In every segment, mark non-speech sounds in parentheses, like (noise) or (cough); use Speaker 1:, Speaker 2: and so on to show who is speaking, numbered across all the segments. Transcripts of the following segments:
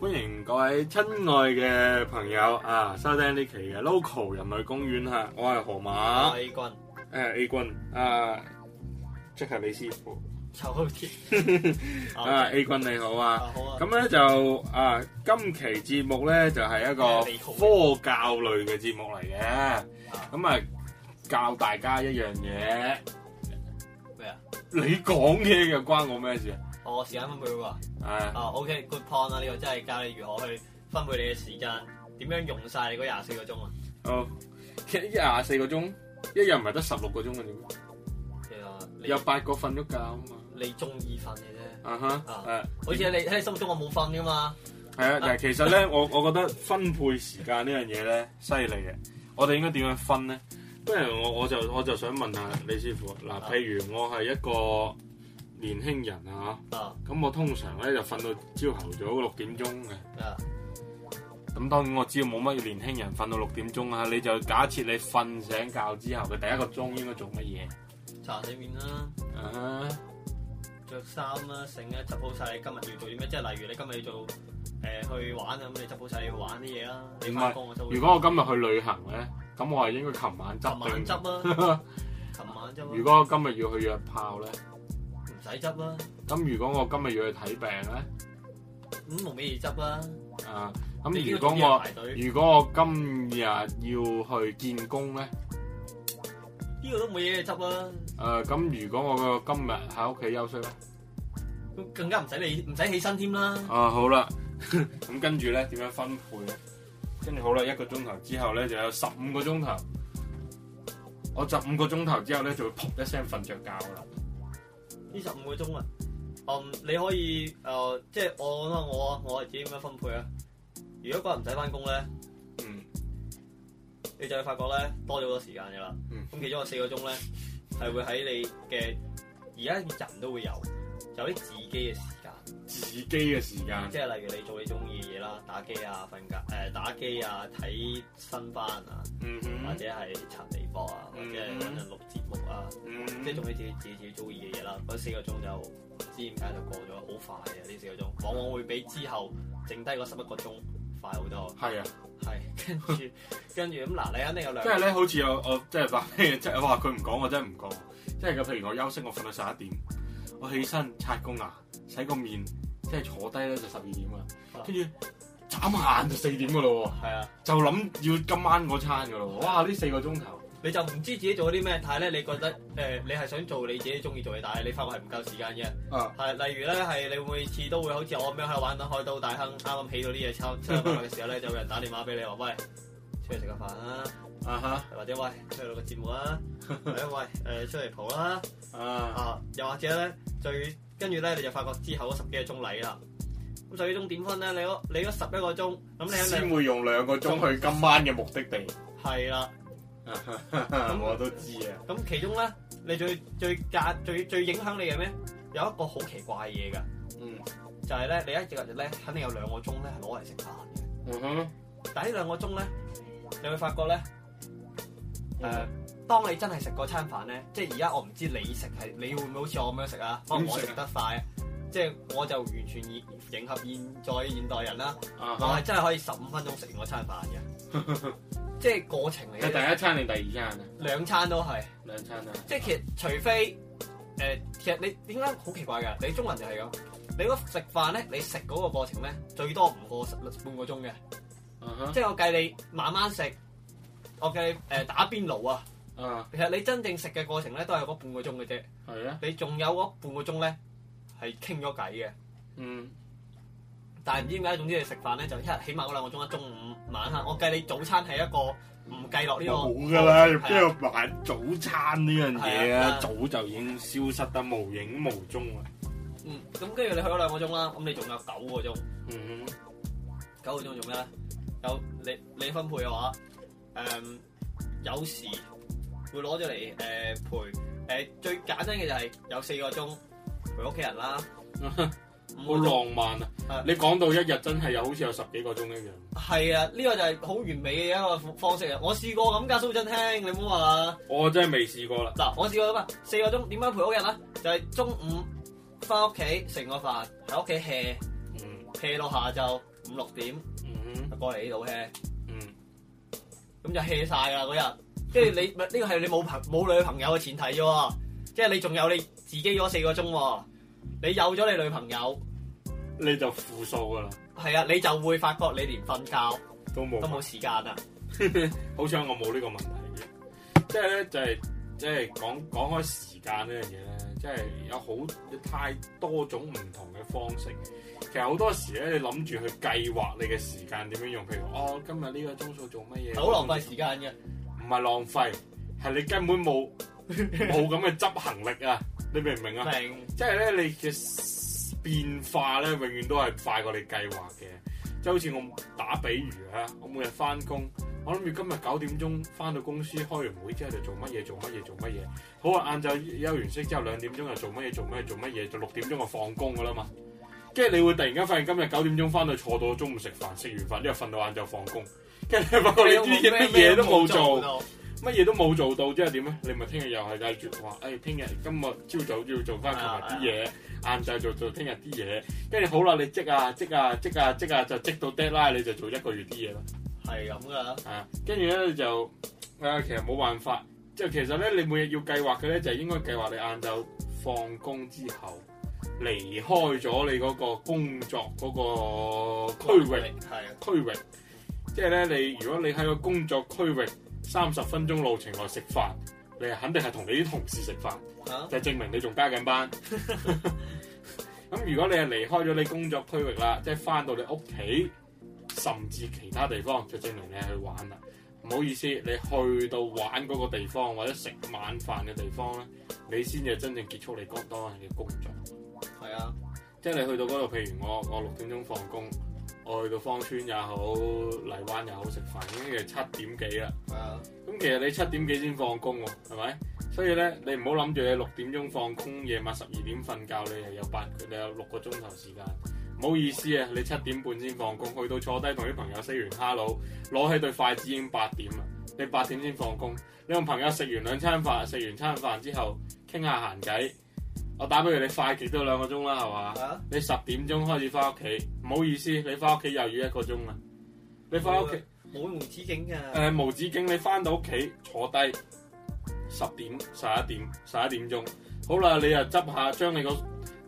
Speaker 1: 歡迎各位親愛嘅朋友啊，收聽呢期嘅 Local 人類公園嚇，我係河馬，誒、
Speaker 2: 季啊軍，
Speaker 1: A 君啊，即係你師傅
Speaker 2: 秋天
Speaker 1: (laughs) 啊，A 君你好啊。
Speaker 2: 好啊，
Speaker 1: 咁咧就啊，今期節目咧就係、一個
Speaker 2: 咩你好
Speaker 1: 科教類嘅節目嚟嘅，咁啊教大家一樣嘢。
Speaker 2: 咩啊？
Speaker 1: 你講嘢嘅關我咩事啊？
Speaker 2: 我時間分配嗰個啊
Speaker 1: 啊
Speaker 2: 啊，OK，good point 啊，呢個真係教你如何去分配你嘅時間，點樣用晒你嗰廿四個鐘啊？
Speaker 1: 好，其實廿四個鐘，一日唔係得十六個鐘嘅啫，
Speaker 2: 其
Speaker 1: 有
Speaker 2: 實
Speaker 1: 八個瞓咗覺啊嘛。
Speaker 2: 你你中意瞓嘅啫，
Speaker 1: 啊哈，誒
Speaker 2: 好似你喺你心目中我冇瞓噶嘛？
Speaker 1: 係啊，但係其實咧，我我覺得分配時間呢樣嘢咧，犀利嘅。我哋應該點樣分咧？不如我我就我就想問下李師傅啊嗱，譬如我係一個年輕人啊，
Speaker 2: 啊
Speaker 1: 咁我通常咧就瞓到朝頭早六點鐘嘅。
Speaker 2: 啊，
Speaker 1: 咁當然我知道冇乜年輕人瞓到六點鐘啊，你就假設你瞓醒覺之後嘅第一個鐘應該做乜嘢？
Speaker 2: 搽洗面啦，
Speaker 1: 啊
Speaker 2: 着衫啦，剩啦，執好晒你今日要做啲咩？即係例如你今日要做誒去玩啊，咁你執好晒你要玩啲嘢啦，你啊翻工我就會
Speaker 1: 如果我今日去旅行咧，咁我係應該琴晚
Speaker 2: 琴
Speaker 1: 執
Speaker 2: 晚
Speaker 1: 定。(laughs)
Speaker 2: 執啦，琴晚執
Speaker 1: 如
Speaker 2: 啦，
Speaker 1: 果我今日要去約炮咧，
Speaker 2: 唔使執啊啦，
Speaker 1: 咁如果我今日要去睇病咧，
Speaker 2: 咁嗯冇咩嘢執啦。
Speaker 1: 啊，
Speaker 2: 你
Speaker 1: 咁
Speaker 2: 應
Speaker 1: 如
Speaker 2: 該
Speaker 1: 果
Speaker 2: 早啲
Speaker 1: 我
Speaker 2: 排隊
Speaker 1: 如果我今日要去見工咧，
Speaker 2: 呢個都冇嘢執啊啦，
Speaker 1: 誒、啊咁如果我今日喺屋企休息咧，
Speaker 2: 咁更加唔使你唔使起身添啦。
Speaker 1: 啊好啦， (laughs) 咁跟住咧點樣分配咧？跟住好啦，一個鐘頭之後咧就有十五個鐘頭，我十五個鐘頭之後咧就會噗一聲瞓着覺啦。
Speaker 2: 呢十五個鐘啊，嗯，你可以誒、呃即係我啦，我我係自己點樣分配啊？如果嗰日唔使翻工咧，
Speaker 1: 嗯，
Speaker 2: 你就會發覺咧多咗好多時間嘅啦。咁、
Speaker 1: 嗯
Speaker 2: 其中有四個鐘咧係會喺你嘅而家人都會有有啲自己嘅時間，
Speaker 1: 自己嘅時間
Speaker 2: 即係例如你做你中意嘅嘢啦，打機啊、瞓覺誒、打機啊、睇新番啊，
Speaker 1: 嗯
Speaker 2: 或
Speaker 1: 哼，
Speaker 2: 者係刷微博啊，或者係揾人錄節目啊。
Speaker 1: 嗯
Speaker 2: 即係做你自己自己自己中意嘅嘢啦。嗰四個鐘就唔知點解就過咗，好快啊嘅呢四個鐘，往往會比之後剩低嗰十一個鐘快好多。
Speaker 1: 係啊。
Speaker 2: 係，跟住 (laughs) 跟住咁嗱，你肯定有兩
Speaker 1: 即係咧，好似我我即係話咩？即係哇！佢唔講，我真係唔講。即係嘅，譬如我休息，我瞓到十一點，我起身刷個牙、洗個面，即係坐低咧就十二點啦。跟住眨下眼就四點噶咯
Speaker 2: 係啊，
Speaker 1: 喎，就諗要今晚嗰餐噶咯喎。哇！呢四個鐘頭，
Speaker 2: 你就唔知自己做咗啲咩，但係咧你覺得誒、呃你係想做你自己中意做嘅，但係你發覺係唔夠時間嘅。
Speaker 1: 啊，
Speaker 2: 係，例如咧係你每次都會好似我咁樣喺度玩緊海島大亨，啱啱起到啲嘢 (laughs) 抽出嚟嘅時候咧，就有人打電話俾你話喂，出嚟食個飯啦，
Speaker 1: 啊
Speaker 2: 或者喂出嚟錄個節目啦，或者喂誒、呃出嚟蒲啦。
Speaker 1: 哈，啊，
Speaker 2: 啊，又或者咧，最跟住咧，你就發覺之後嗰十幾個鐘禮啦。咁十幾鐘點分咧？你嗰你嗰十一個鐘，咁你喺
Speaker 1: 先
Speaker 2: 兩
Speaker 1: 會用兩個鐘去今晚嘅目的地。
Speaker 2: 係啦。
Speaker 1: 我都知啊，
Speaker 2: 咁其中咧，你最最價最最影響你嘅咩？有一個好奇怪嘅嘢㗎，
Speaker 1: 嗯，
Speaker 2: 就係咧，你一日日咧，肯定有兩個鐘咧係攞嚟食飯嘅。
Speaker 1: 嗯哼，
Speaker 2: 但係呢兩個鐘咧，你會發覺咧，誒、
Speaker 1: 嗯
Speaker 2: 當你真係食嗰餐飯咧，即係而家我唔知你食係你會唔會好似我咁樣食啊？可能我
Speaker 1: 點食啊
Speaker 2: 食得快，即係我就完全以迎合現在嘅現代人啦。
Speaker 1: 啊
Speaker 2: 我
Speaker 1: 哈
Speaker 2: 係，真係可以十五分鐘食完嗰餐飯嘅，
Speaker 1: (laughs)
Speaker 2: 即係過程
Speaker 1: 係
Speaker 2: 嚟嘅，
Speaker 1: 第一餐定第二餐啊？
Speaker 2: 兩餐都係。
Speaker 1: 兩餐啊，
Speaker 2: 即係其實除非誒、呃其實你點解好奇怪㗎？你中文就係咁，你嗰食飯咧，你食嗰個過程咧，最多唔過十半個鐘嘅。
Speaker 1: 啊哈，
Speaker 2: 即係我計你慢慢食，我計你誒、呃打邊爐啊。
Speaker 1: 啊，
Speaker 2: 其實你真正食嘅過程咧，都係嗰半個鐘嘅啫。
Speaker 1: 係啊，
Speaker 2: 你仲有嗰半個鐘咧係傾咗偈嘅，
Speaker 1: 嗯，
Speaker 2: 但係唔知點解，總之你食飯咧就一日起碼嗰兩個鐘啦，中午晚黑。我計你早餐係一個唔計落呢個
Speaker 1: 冇噶啦，
Speaker 2: 係啊
Speaker 1: 邊度買早餐呢樣嘢
Speaker 2: 係
Speaker 1: 啊
Speaker 2: 啊？
Speaker 1: 早就已經消失得無影無蹤啦。
Speaker 2: 嗯，咁跟住你去咗兩個鐘啦，咁你仲有九個鐘，
Speaker 1: 嗯哼，
Speaker 2: 九個鐘做咩咧？有你你分配嘅話，誒、有時會攞咗嚟誒陪誒、最簡單嘅就係有四個鐘陪屋企人啦，
Speaker 1: 好
Speaker 2: 五個鐘
Speaker 1: 浪漫啊
Speaker 2: 啊！
Speaker 1: 你講到一日真係有好似有十幾個鐘一樣。
Speaker 2: 係啊，呢、個就係好完美嘅一個方式啊！我試過咁㗎，蘇振興，你唔好話啊
Speaker 1: 我真係未試過啦。
Speaker 2: 嗱，我試過咁啊，四個鐘點樣陪屋企人啦？就係、中午翻屋企食個飯，喺屋企 hea
Speaker 1: 嗯
Speaker 2: hea 到下晝，五六點
Speaker 1: 嗯
Speaker 2: 就過嚟呢度 hea，
Speaker 1: 嗯，
Speaker 2: 咁就 hea 晒㗎啦嗰日。跟住你咪呢個係你冇朋冇女朋友嘅前提啫喎，即係你仲有你自己嗰四個鐘喎。你有咗你女朋友，
Speaker 1: 你就負數噶啦，
Speaker 2: 係啊，你就會發覺你連瞓覺
Speaker 1: 都冇
Speaker 2: 都。冇時間啦。
Speaker 1: 好彩我冇呢個問題嘅，即係咧就係即係講講開時間呢樣嘢咧，即係有好太多種唔同嘅方式。其實好多時咧，你諗住去計劃你嘅時間點樣用，譬如哦，今日呢個鐘數做乜嘢，
Speaker 2: 好浪費時間嘅，
Speaker 1: 唔係浪費，係你根本冇冇咁嘅執行力啊！你明唔明啊？
Speaker 2: 明
Speaker 1: 即係咧，你嘅變化咧，永遠都係快過你計劃嘅。即係好似我打比喻啊，我每日翻工，我諗住今日九點鐘翻到公司，開完會之後就做乜嘢，做乜嘢，做乜嘢。好啊，晏晝休完息之後兩點鐘又做乜嘢，做乜嘢，做乜嘢，就六點鐘就放工噶啦嘛。跟住你會突然間發現今日九點鐘翻到坐到中午食飯，食完飯之後瞓到晏晝放工，跟住你發覺你啲乜嘢都冇做。
Speaker 2: 到。
Speaker 1: 乜嘢都冇做到，即係點咧？你咪聽日又係繼續話，誒聽日今日朝早要做翻琴日啲嘢，晏晝做做聽日啲嘢，跟住好啦，你積啊積啊積啊積啊，就積到 deadline，你就做一個月啲嘢啦，
Speaker 2: 係咁噶啦，
Speaker 1: 係啊，跟住咧就啊，其實冇辦法，即係其實咧，你每日要計劃嘅咧，就係應該計劃你晏晝放工之後離開咗你嗰個工作嗰個區域。
Speaker 2: 係啊，
Speaker 1: 區域，即係咧你如果你喺個工作區域三十分鐘路程內食飯，你係肯定係同你啲同事食飯，
Speaker 2: 嚇
Speaker 1: 就證明你仲加緊班。咁如果你係離開咗你工作區域啦，即係翻到你屋企，甚至其他地方，就證明你係去玩啦。唔好意思，你去到玩嗰個地方或者食晚飯嘅地方咧，你先至真正結束你嗰當日嘅工作。
Speaker 2: 係啊，
Speaker 1: 即係你去到嗰度，譬如我我六點鐘放工，我去到芳村也好，荔灣也好食飯，跟住七點幾啦。
Speaker 2: 係啊，
Speaker 1: 咁其實你七點幾先放工喎，係咪？所以咧，你唔好諗住你六點鐘放工，夜晚十二點瞓覺，你係有八，你有六個鐘頭時間。唔好意思啊，你七點半先放工，去到坐低同啲朋友 say 完 hello，攞起對筷子已經八點啦。你八點先放工，你同朋友食完兩餐飯，食完餐飯之後傾下閒偈。我打比如你快極都兩個鐘啦，係嘛？
Speaker 2: 係啊，
Speaker 1: 你十點鐘開始翻屋企，唔好意思，你翻屋企又要一個鐘啦。啊你翻屋企，誒、
Speaker 2: 冇無止境㗎，
Speaker 1: 呃、無止境，你翻到屋企坐低十點、十一點、十一點鐘，好啦，你又執下，將你個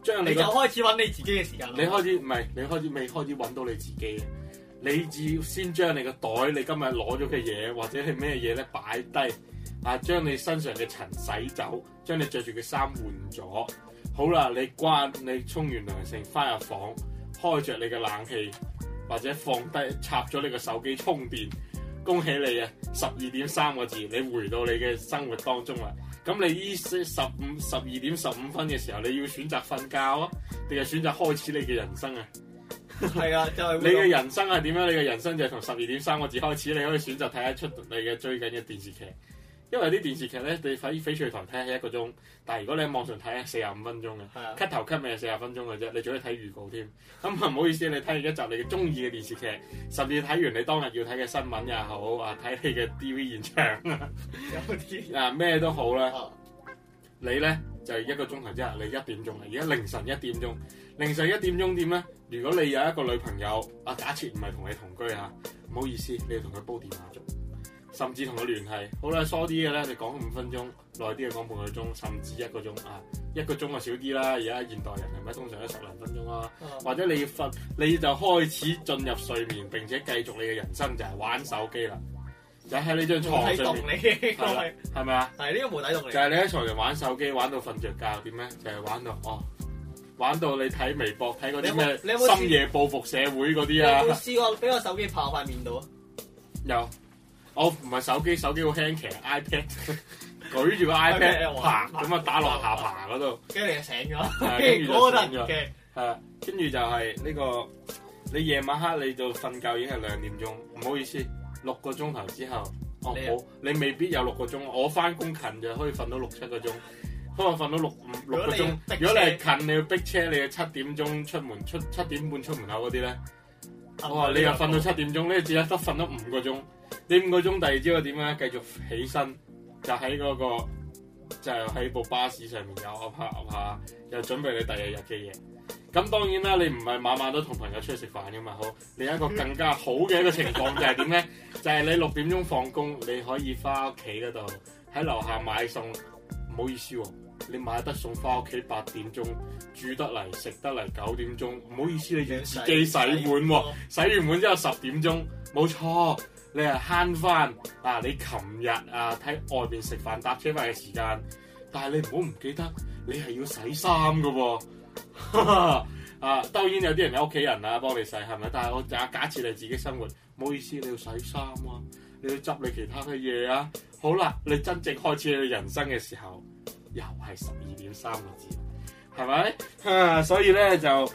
Speaker 1: 將
Speaker 2: 你
Speaker 1: 你
Speaker 2: 就
Speaker 1: 個，
Speaker 2: 開始揾你自己嘅時間啦。
Speaker 1: 你開始唔係你開始未開始揾到你自己嘅，你只要先將你個袋，你今日攞咗嘅嘢或者係咩嘢咧擺低，啊，將你身上嘅塵洗走，將你着住嘅衫換咗，好啦，你關你沖完涼成翻入房。開着你嘅冷氣，或者放低插咗你個手機充電。恭喜你啊！十二點三個字，你回到你嘅生活當中啦。咁你依十五十二點十五分嘅時候，你要選擇瞓覺啊，定係選擇開始你嘅人生啊？
Speaker 2: 係啊，就係
Speaker 1: 你嘅人生係點樣？你嘅人生就係從十二點三個字開始，你可以選擇睇得出你嘅追緊嘅電視劇。因為啲電視劇咧，你喺翡翠台睇係一個鐘，但係如果你喺網上睇係四十五分鐘嘅。
Speaker 2: 係啊，
Speaker 1: cut 頭 cut 尾係四十分鐘嘅啫，你仲要睇預告添。咁啊唔好意思，你睇完一集你嘅中意嘅電視劇，甚至睇完你當日要睇嘅新聞也好啊，睇你嘅 DV 現場啊 (laughs)
Speaker 2: 有啲
Speaker 1: 啊咩都好啦。
Speaker 2: 啊
Speaker 1: 你咧就係一個鐘頭之後，你一點鐘啦，而家凌晨一點鐘，凌晨一點鐘點咧？如果你有一個女朋友啊，假設唔係同你同居嚇，唔好意思，你要同佢煲電話粥，甚至同佢聯繫。好啦，疏啲嘅咧，你講五分鐘，耐啲嘅講半個鐘，甚至一個鐘啊，一個鐘啊少啲啦。而家現代人係咪通常都十零分鐘啦？
Speaker 2: 啊
Speaker 1: 或者你要瞓，你就開始進入睡眠，並且繼續你嘅人生就係玩手機啦，就喺呢張
Speaker 2: 無
Speaker 1: 床
Speaker 2: 底洞
Speaker 1: 上
Speaker 2: 嚟
Speaker 1: 面，
Speaker 2: 嘅，
Speaker 1: 係啦
Speaker 2: 係，
Speaker 1: 係咪啊？
Speaker 2: 係呢個無底洞
Speaker 1: 就
Speaker 2: 嚟。
Speaker 1: 係你喺床上玩手機玩到瞓着覺點咧？就係、玩到哦，玩到你睇微博睇嗰啲
Speaker 2: 你有
Speaker 1: 咩
Speaker 2: 冇
Speaker 1: 深夜報復社會嗰啲
Speaker 2: 你有冇
Speaker 1: 啊？
Speaker 2: 試過俾個手機炮塊面度啊？
Speaker 1: (laughs) 有，我唔係手機，手機好輕騎，iPad (laughs) 舉住個
Speaker 2: iPad
Speaker 1: iPad 爬
Speaker 2: 哇
Speaker 1: 咁啊打落下巴嗰
Speaker 2: (laughs)
Speaker 1: 度，
Speaker 2: 跟住你就醒咗，
Speaker 1: 係跟
Speaker 2: 跟住
Speaker 1: 住
Speaker 2: 嗰
Speaker 1: 就
Speaker 2: 陣
Speaker 1: 醒咗
Speaker 2: 嘅
Speaker 1: 係啊跟住就係呢、個你夜晚黑你就瞓覺已經係兩點鐘，唔好意思，六個鐘頭之後，哦
Speaker 2: 你啊
Speaker 1: 冇，你未必有六個鐘，我翻工近就可以瞓到六七個鐘。可能瞓到六五六個鐘，
Speaker 2: 如
Speaker 1: 如
Speaker 2: 果
Speaker 1: 果
Speaker 2: 你
Speaker 1: 你
Speaker 2: 要逼
Speaker 1: 係近，你要逼車，你要七點鐘出門，出七點半出門口嗰啲咧，
Speaker 2: 啊
Speaker 1: 我話你又瞓到七點鐘，你只係得瞓咗五個鐘，你五個鐘第二朝又點咧？繼續起身，就喺嗰、個就喺部巴士上面又噏下噏下，又準備你第二日嘅嘢。咁當然啦，你唔係晚晚都同朋友出去食飯噶嘛，好。你有一個更加好嘅一個情況就係點咧？ (laughs) 就係你六點鐘放工，你可以翻屋企嗰度喺樓下買餸。唔好意思喎、你買得餸翻屋企八點鐘煮得嚟食得嚟九點鐘，唔好意思，你要自己洗碗喎、洗完碗之後十點鐘，冇錯，你係慳翻啊！你琴日啊睇外邊食飯搭車翻嘅時間，但係你唔好唔記得，你係要洗衫噶喎。 (laughs) 啊，當然有啲人有屋企人啊幫你洗係咪？但係我假假設你自己生活，唔好意思，你要洗衫啊，你要執你其他嘅嘢啊。好啦，你真正開始你人生嘅時候，又係十二點三個字，係咪？啊所以咧就〜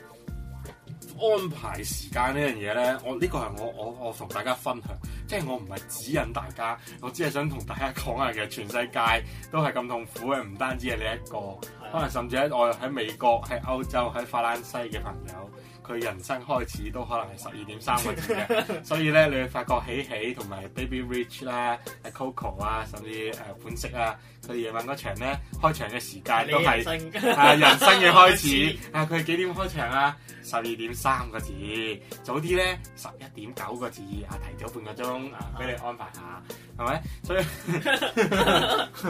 Speaker 1: 安排時間呢樣嘢呢，我呢、個係我我我同大家分享，即係我唔係指引大家，我只係想同大家講下嘅，全世界都係咁痛苦嘅，唔單止係你一個，可能甚至喺我喺美國、喺歐洲、喺法蘭西嘅朋友，佢人生開始都可能係十二點三個字嘅，所以呢，你會發覺喜喜同埋 Baby Rich 啦、啊 Coco 啊，甚至誒本色啊，佢夜晚嗰場呢，開場嘅時間都係。 (laughs) 啊，人生嘅開始啊，佢幾點開場啊？十二點三個字，早啲咧十一點九個字啊，提早半個鐘啊，俾你安排下，係咪？所以 (laughs)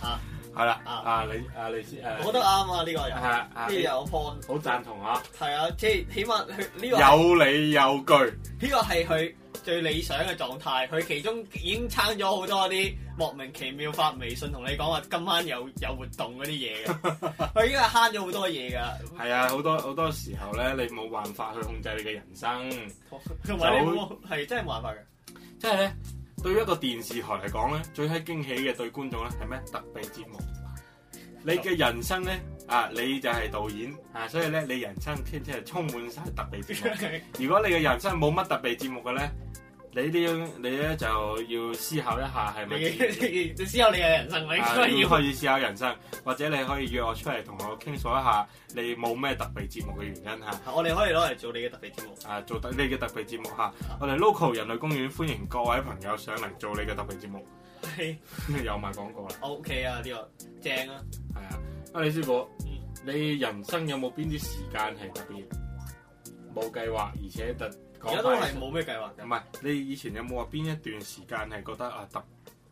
Speaker 2: 啊，
Speaker 1: 係啦，
Speaker 2: 啊
Speaker 1: 啊你啊你先誒，
Speaker 2: (laughs) 我覺得啱啊！呢個
Speaker 1: 係
Speaker 2: 人
Speaker 1: 啊啊，
Speaker 2: 呢個有 point，
Speaker 1: 好贊同啊，
Speaker 2: 係啊，即係起碼佢呢個係
Speaker 1: 有理有據，
Speaker 2: 呢個係佢最理想嘅狀態，佢其中已經撐咗好多啲莫名其妙發微信同你講話今晚有有活動嗰啲
Speaker 1: (laughs)
Speaker 2: 嘢嘅，佢已經係慳咗好多嘢㗎，
Speaker 1: 係啊，好多好多時候咧，你冇辦法去控制你嘅人生。
Speaker 2: 同埋你冇係真係冇辦法嘅，
Speaker 1: 即係咧，對於一個電視台嚟講咧，最閪驚喜嘅對觀眾咧係咩？特備節目。你嘅人生咧啊，你就係導演啊，所以咧你人生天天係充滿晒特備節
Speaker 2: (laughs)
Speaker 1: 目。如果你嘅人生冇乜特備節目嘅咧，你呢你咧就要思考一下係
Speaker 2: 你
Speaker 1: 咪自己。
Speaker 2: (laughs) 你你之後你嘅人生你應
Speaker 1: 啊
Speaker 2: 該
Speaker 1: 你
Speaker 2: 要
Speaker 1: 可以試下人生，或者你可以約我出嚟同我傾訴一下你冇咩特備節目嘅原因嚇。
Speaker 2: 我哋可以攞嚟做你嘅特別節目。
Speaker 1: 啊，做特你嘅特備節目
Speaker 2: 啊
Speaker 1: 嚇，我哋 local 人類公園歡迎各位朋友上嚟做你嘅特備節目，
Speaker 2: 係
Speaker 1: 啊又賣廣告啦。
Speaker 2: OK 啊，呢個正啊！
Speaker 1: 係啊，啊李師傅
Speaker 2: 嗯，
Speaker 1: 你人生有冇邊啲時間係特別冇計劃，而且特
Speaker 2: 而家都係
Speaker 1: 講
Speaker 2: 冇咩計劃
Speaker 1: 返
Speaker 2: 㗎，
Speaker 1: 唔係你以前有冇話邊一段時間係覺得啊特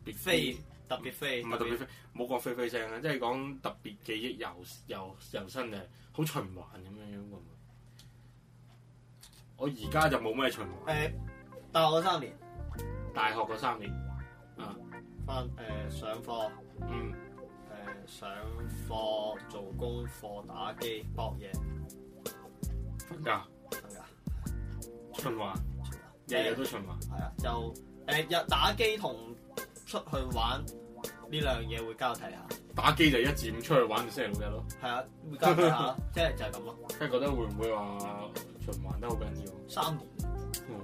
Speaker 1: 別
Speaker 2: 飛特別飛，
Speaker 1: 嗯唔係特別飛，冇講飛飛聲啊，即係講特別記憶由由由身嘅，好循環咁樣樣會唔會？我而家就冇咩循環，
Speaker 2: 誒，大學嗰三年
Speaker 1: 大學嗰三年，
Speaker 2: 翻誒上課。
Speaker 1: 嗯，
Speaker 2: 誒上課做功課打機搏嘢
Speaker 1: 瞓覺
Speaker 2: 瞓覺，
Speaker 1: 循環，日日
Speaker 2: 誒
Speaker 1: 都循環，
Speaker 2: 係啊，就誒日打機同出去玩呢兩樣嘢會交替下，
Speaker 1: 打機就一至五出去玩，就星期六日咯。
Speaker 2: 係啊會交替
Speaker 1: (laughs)
Speaker 2: 下，即係就係咁咯，
Speaker 1: 即係覺得會唔會話循環得好緊要？
Speaker 2: 三年
Speaker 1: 嗯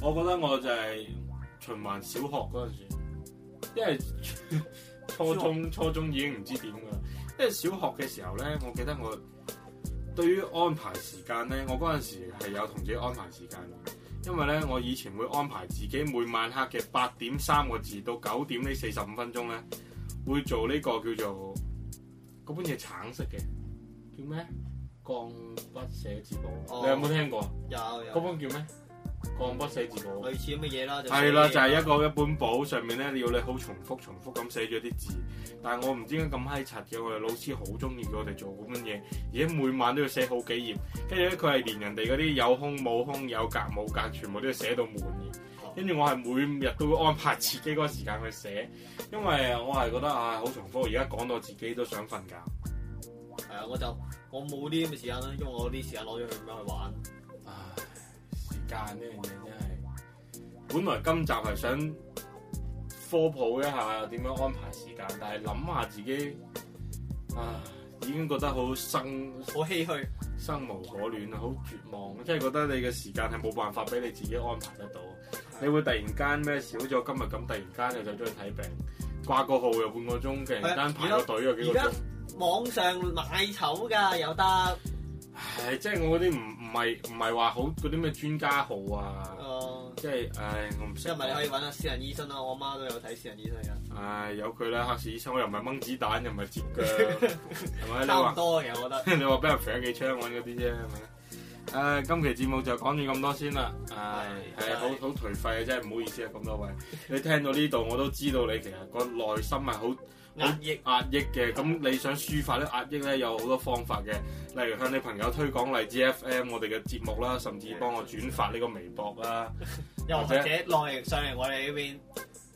Speaker 1: 我覺得我就係循環小學嗰陣時，因為 (laughs) 初中初中已經唔知點㗎啦。因為小學嘅時候咧，我記得我對於安排時間咧，我嗰陣時係有同自己安排時間嘅，因為咧我以前會安排自己每晚黑嘅八點三個字到九點呢四十五分鐘咧，會做呢個叫做嗰本嘢橙色嘅叫咩？鋼筆寫字簿，
Speaker 2: 哦
Speaker 1: 你有冇聽過？
Speaker 2: 有
Speaker 1: 嗰
Speaker 2: 有
Speaker 1: 本叫咩？鋼筆寫字簿。
Speaker 2: 類似咁嘅嘢啦，就
Speaker 1: 係啦，就係一個一本簿上面咧，你要你好重複重複咁寫咗啲字。但係我唔知點解咁閪柒嘅，我哋老師好中意叫我哋做嗰本嘢，而且每晚都要寫好幾頁。跟住咧，佢係連人哋嗰啲有空冇空、有格冇格，全部都要寫到滿嘅。跟住我係每日都會安排自己嗰個時間去寫，因為我係覺得啊好重複，而家講到自己都想瞓覺。
Speaker 2: 係啊，我就我冇啲咁嘅時間啦，因為我啲時間攞咗去咁樣去玩，
Speaker 1: 唉，時間呢樣嘢真係，本來今集係想科普一下點樣安排時間，但係諗下自己，啊，已經覺得好生
Speaker 2: 好唏噓，
Speaker 1: 生無可戀啊，好絕望，即係覺得你嘅時間係冇辦法俾你自己安排得到，你會突然間咩少咗今日咁，突然間你就走去睇病，掛個號又半個鐘，突然間排個隊又幾個
Speaker 2: 啊
Speaker 1: 鐘。
Speaker 2: 而家網上買籌㗎有得，
Speaker 1: 唉，即係我嗰啲唔唔係唔係話好嗰啲咩專家號啊。即
Speaker 2: 誒
Speaker 1: 係唉，我唔識
Speaker 2: 一唔
Speaker 1: 講。
Speaker 2: 係呃你可以揾下私人醫生啦，我媽都有睇私人醫生嘅，
Speaker 1: 唉，有佢啦，黑市醫生，我又唔係掹子彈，又唔係接腳，
Speaker 2: (laughs)
Speaker 1: 係咪？你
Speaker 2: 差唔
Speaker 1: 話
Speaker 2: 多嘅，我覺得。
Speaker 1: 你話俾 (laughs) 人射幾槍揾嗰啲啫，係咪？誒、今期節目就講住咁多先啦。唉，
Speaker 2: 係
Speaker 1: 係好好頹廢啊，真係唔好意思啊，咁多位。你聽到呢度，我都知道你其實個內心係好
Speaker 2: 壓抑
Speaker 1: 壓抑嘅。咁你想抒發呢壓抑咧，有好多方法嘅，例如向你朋友推廣荔枝 FM 我哋嘅節目啦，甚至幫我轉發呢個微博啦，
Speaker 2: 又
Speaker 1: 或
Speaker 2: 或
Speaker 1: 者
Speaker 2: 者內營上嚟我哋呢邊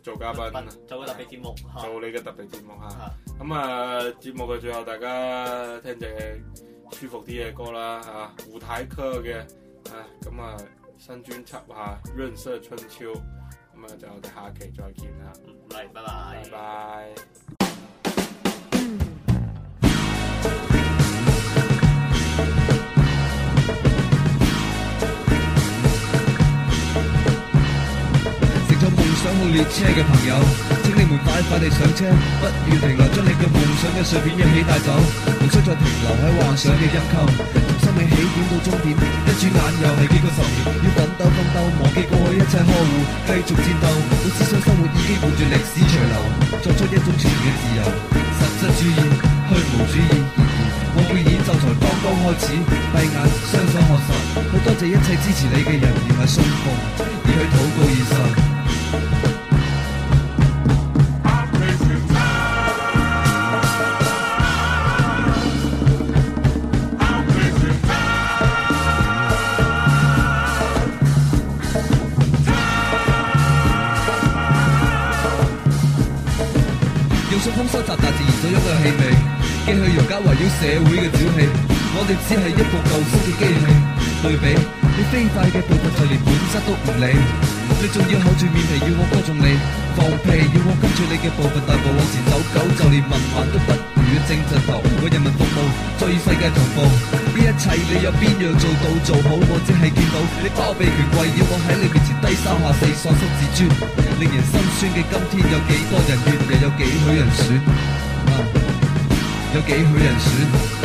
Speaker 1: 做嘉賓，
Speaker 2: 做個特別節目嚇，
Speaker 1: 做你嘅特別節目嚇。
Speaker 2: 嚇嗯
Speaker 1: 咁啊，節目嘅最後，大家聽隻舒服啲嘅歌啦嚇、啊，胡太科嘅啊，咁啊新專輯啊《潤色春秋》，咁啊就我哋下期再見啦，
Speaker 2: 嗯嚟，拜拜
Speaker 1: 拜。拜。
Speaker 3: 乘坐夢想號列車嘅朋友，請你們快快地上車，不要停留，將你嘅夢想嘅碎片一起帶走，無需再停留喺幻想嘅一溝。從生命起點到終點，一轉眼又係幾個十年，要奮鬥奮鬥，忘記過去一切呵護，繼續戰鬥。好思想生活已經伴住歷史隨流，作出一種全嘅自由。實質主義、虛無主義，然而我嘅演奏才剛剛開始，閉眼雙手學習，好多謝一切支持你嘅人，而唔係信奉，而去禱告現實。用信封收集達自然水中嘅氣味，寄去溶解圍繞社會嘅沼氣。我哋只係一部舊式嘅機器，對比你飛快嘅步伐，就連本質都唔理。你仲要厚住面皮要我歌頌你，放屁要我跟住你嘅步伐，大步往前走，狗就連文盲都不如嘅正直頭，為人民服務，最世界同步。呢一切你有邊樣做到做好？我只係見到你包庇權貴，要我喺你面前低三下四，喪失自尊，令人心酸嘅今天有幾多人怨，又有幾許人損？啊有幾許人選？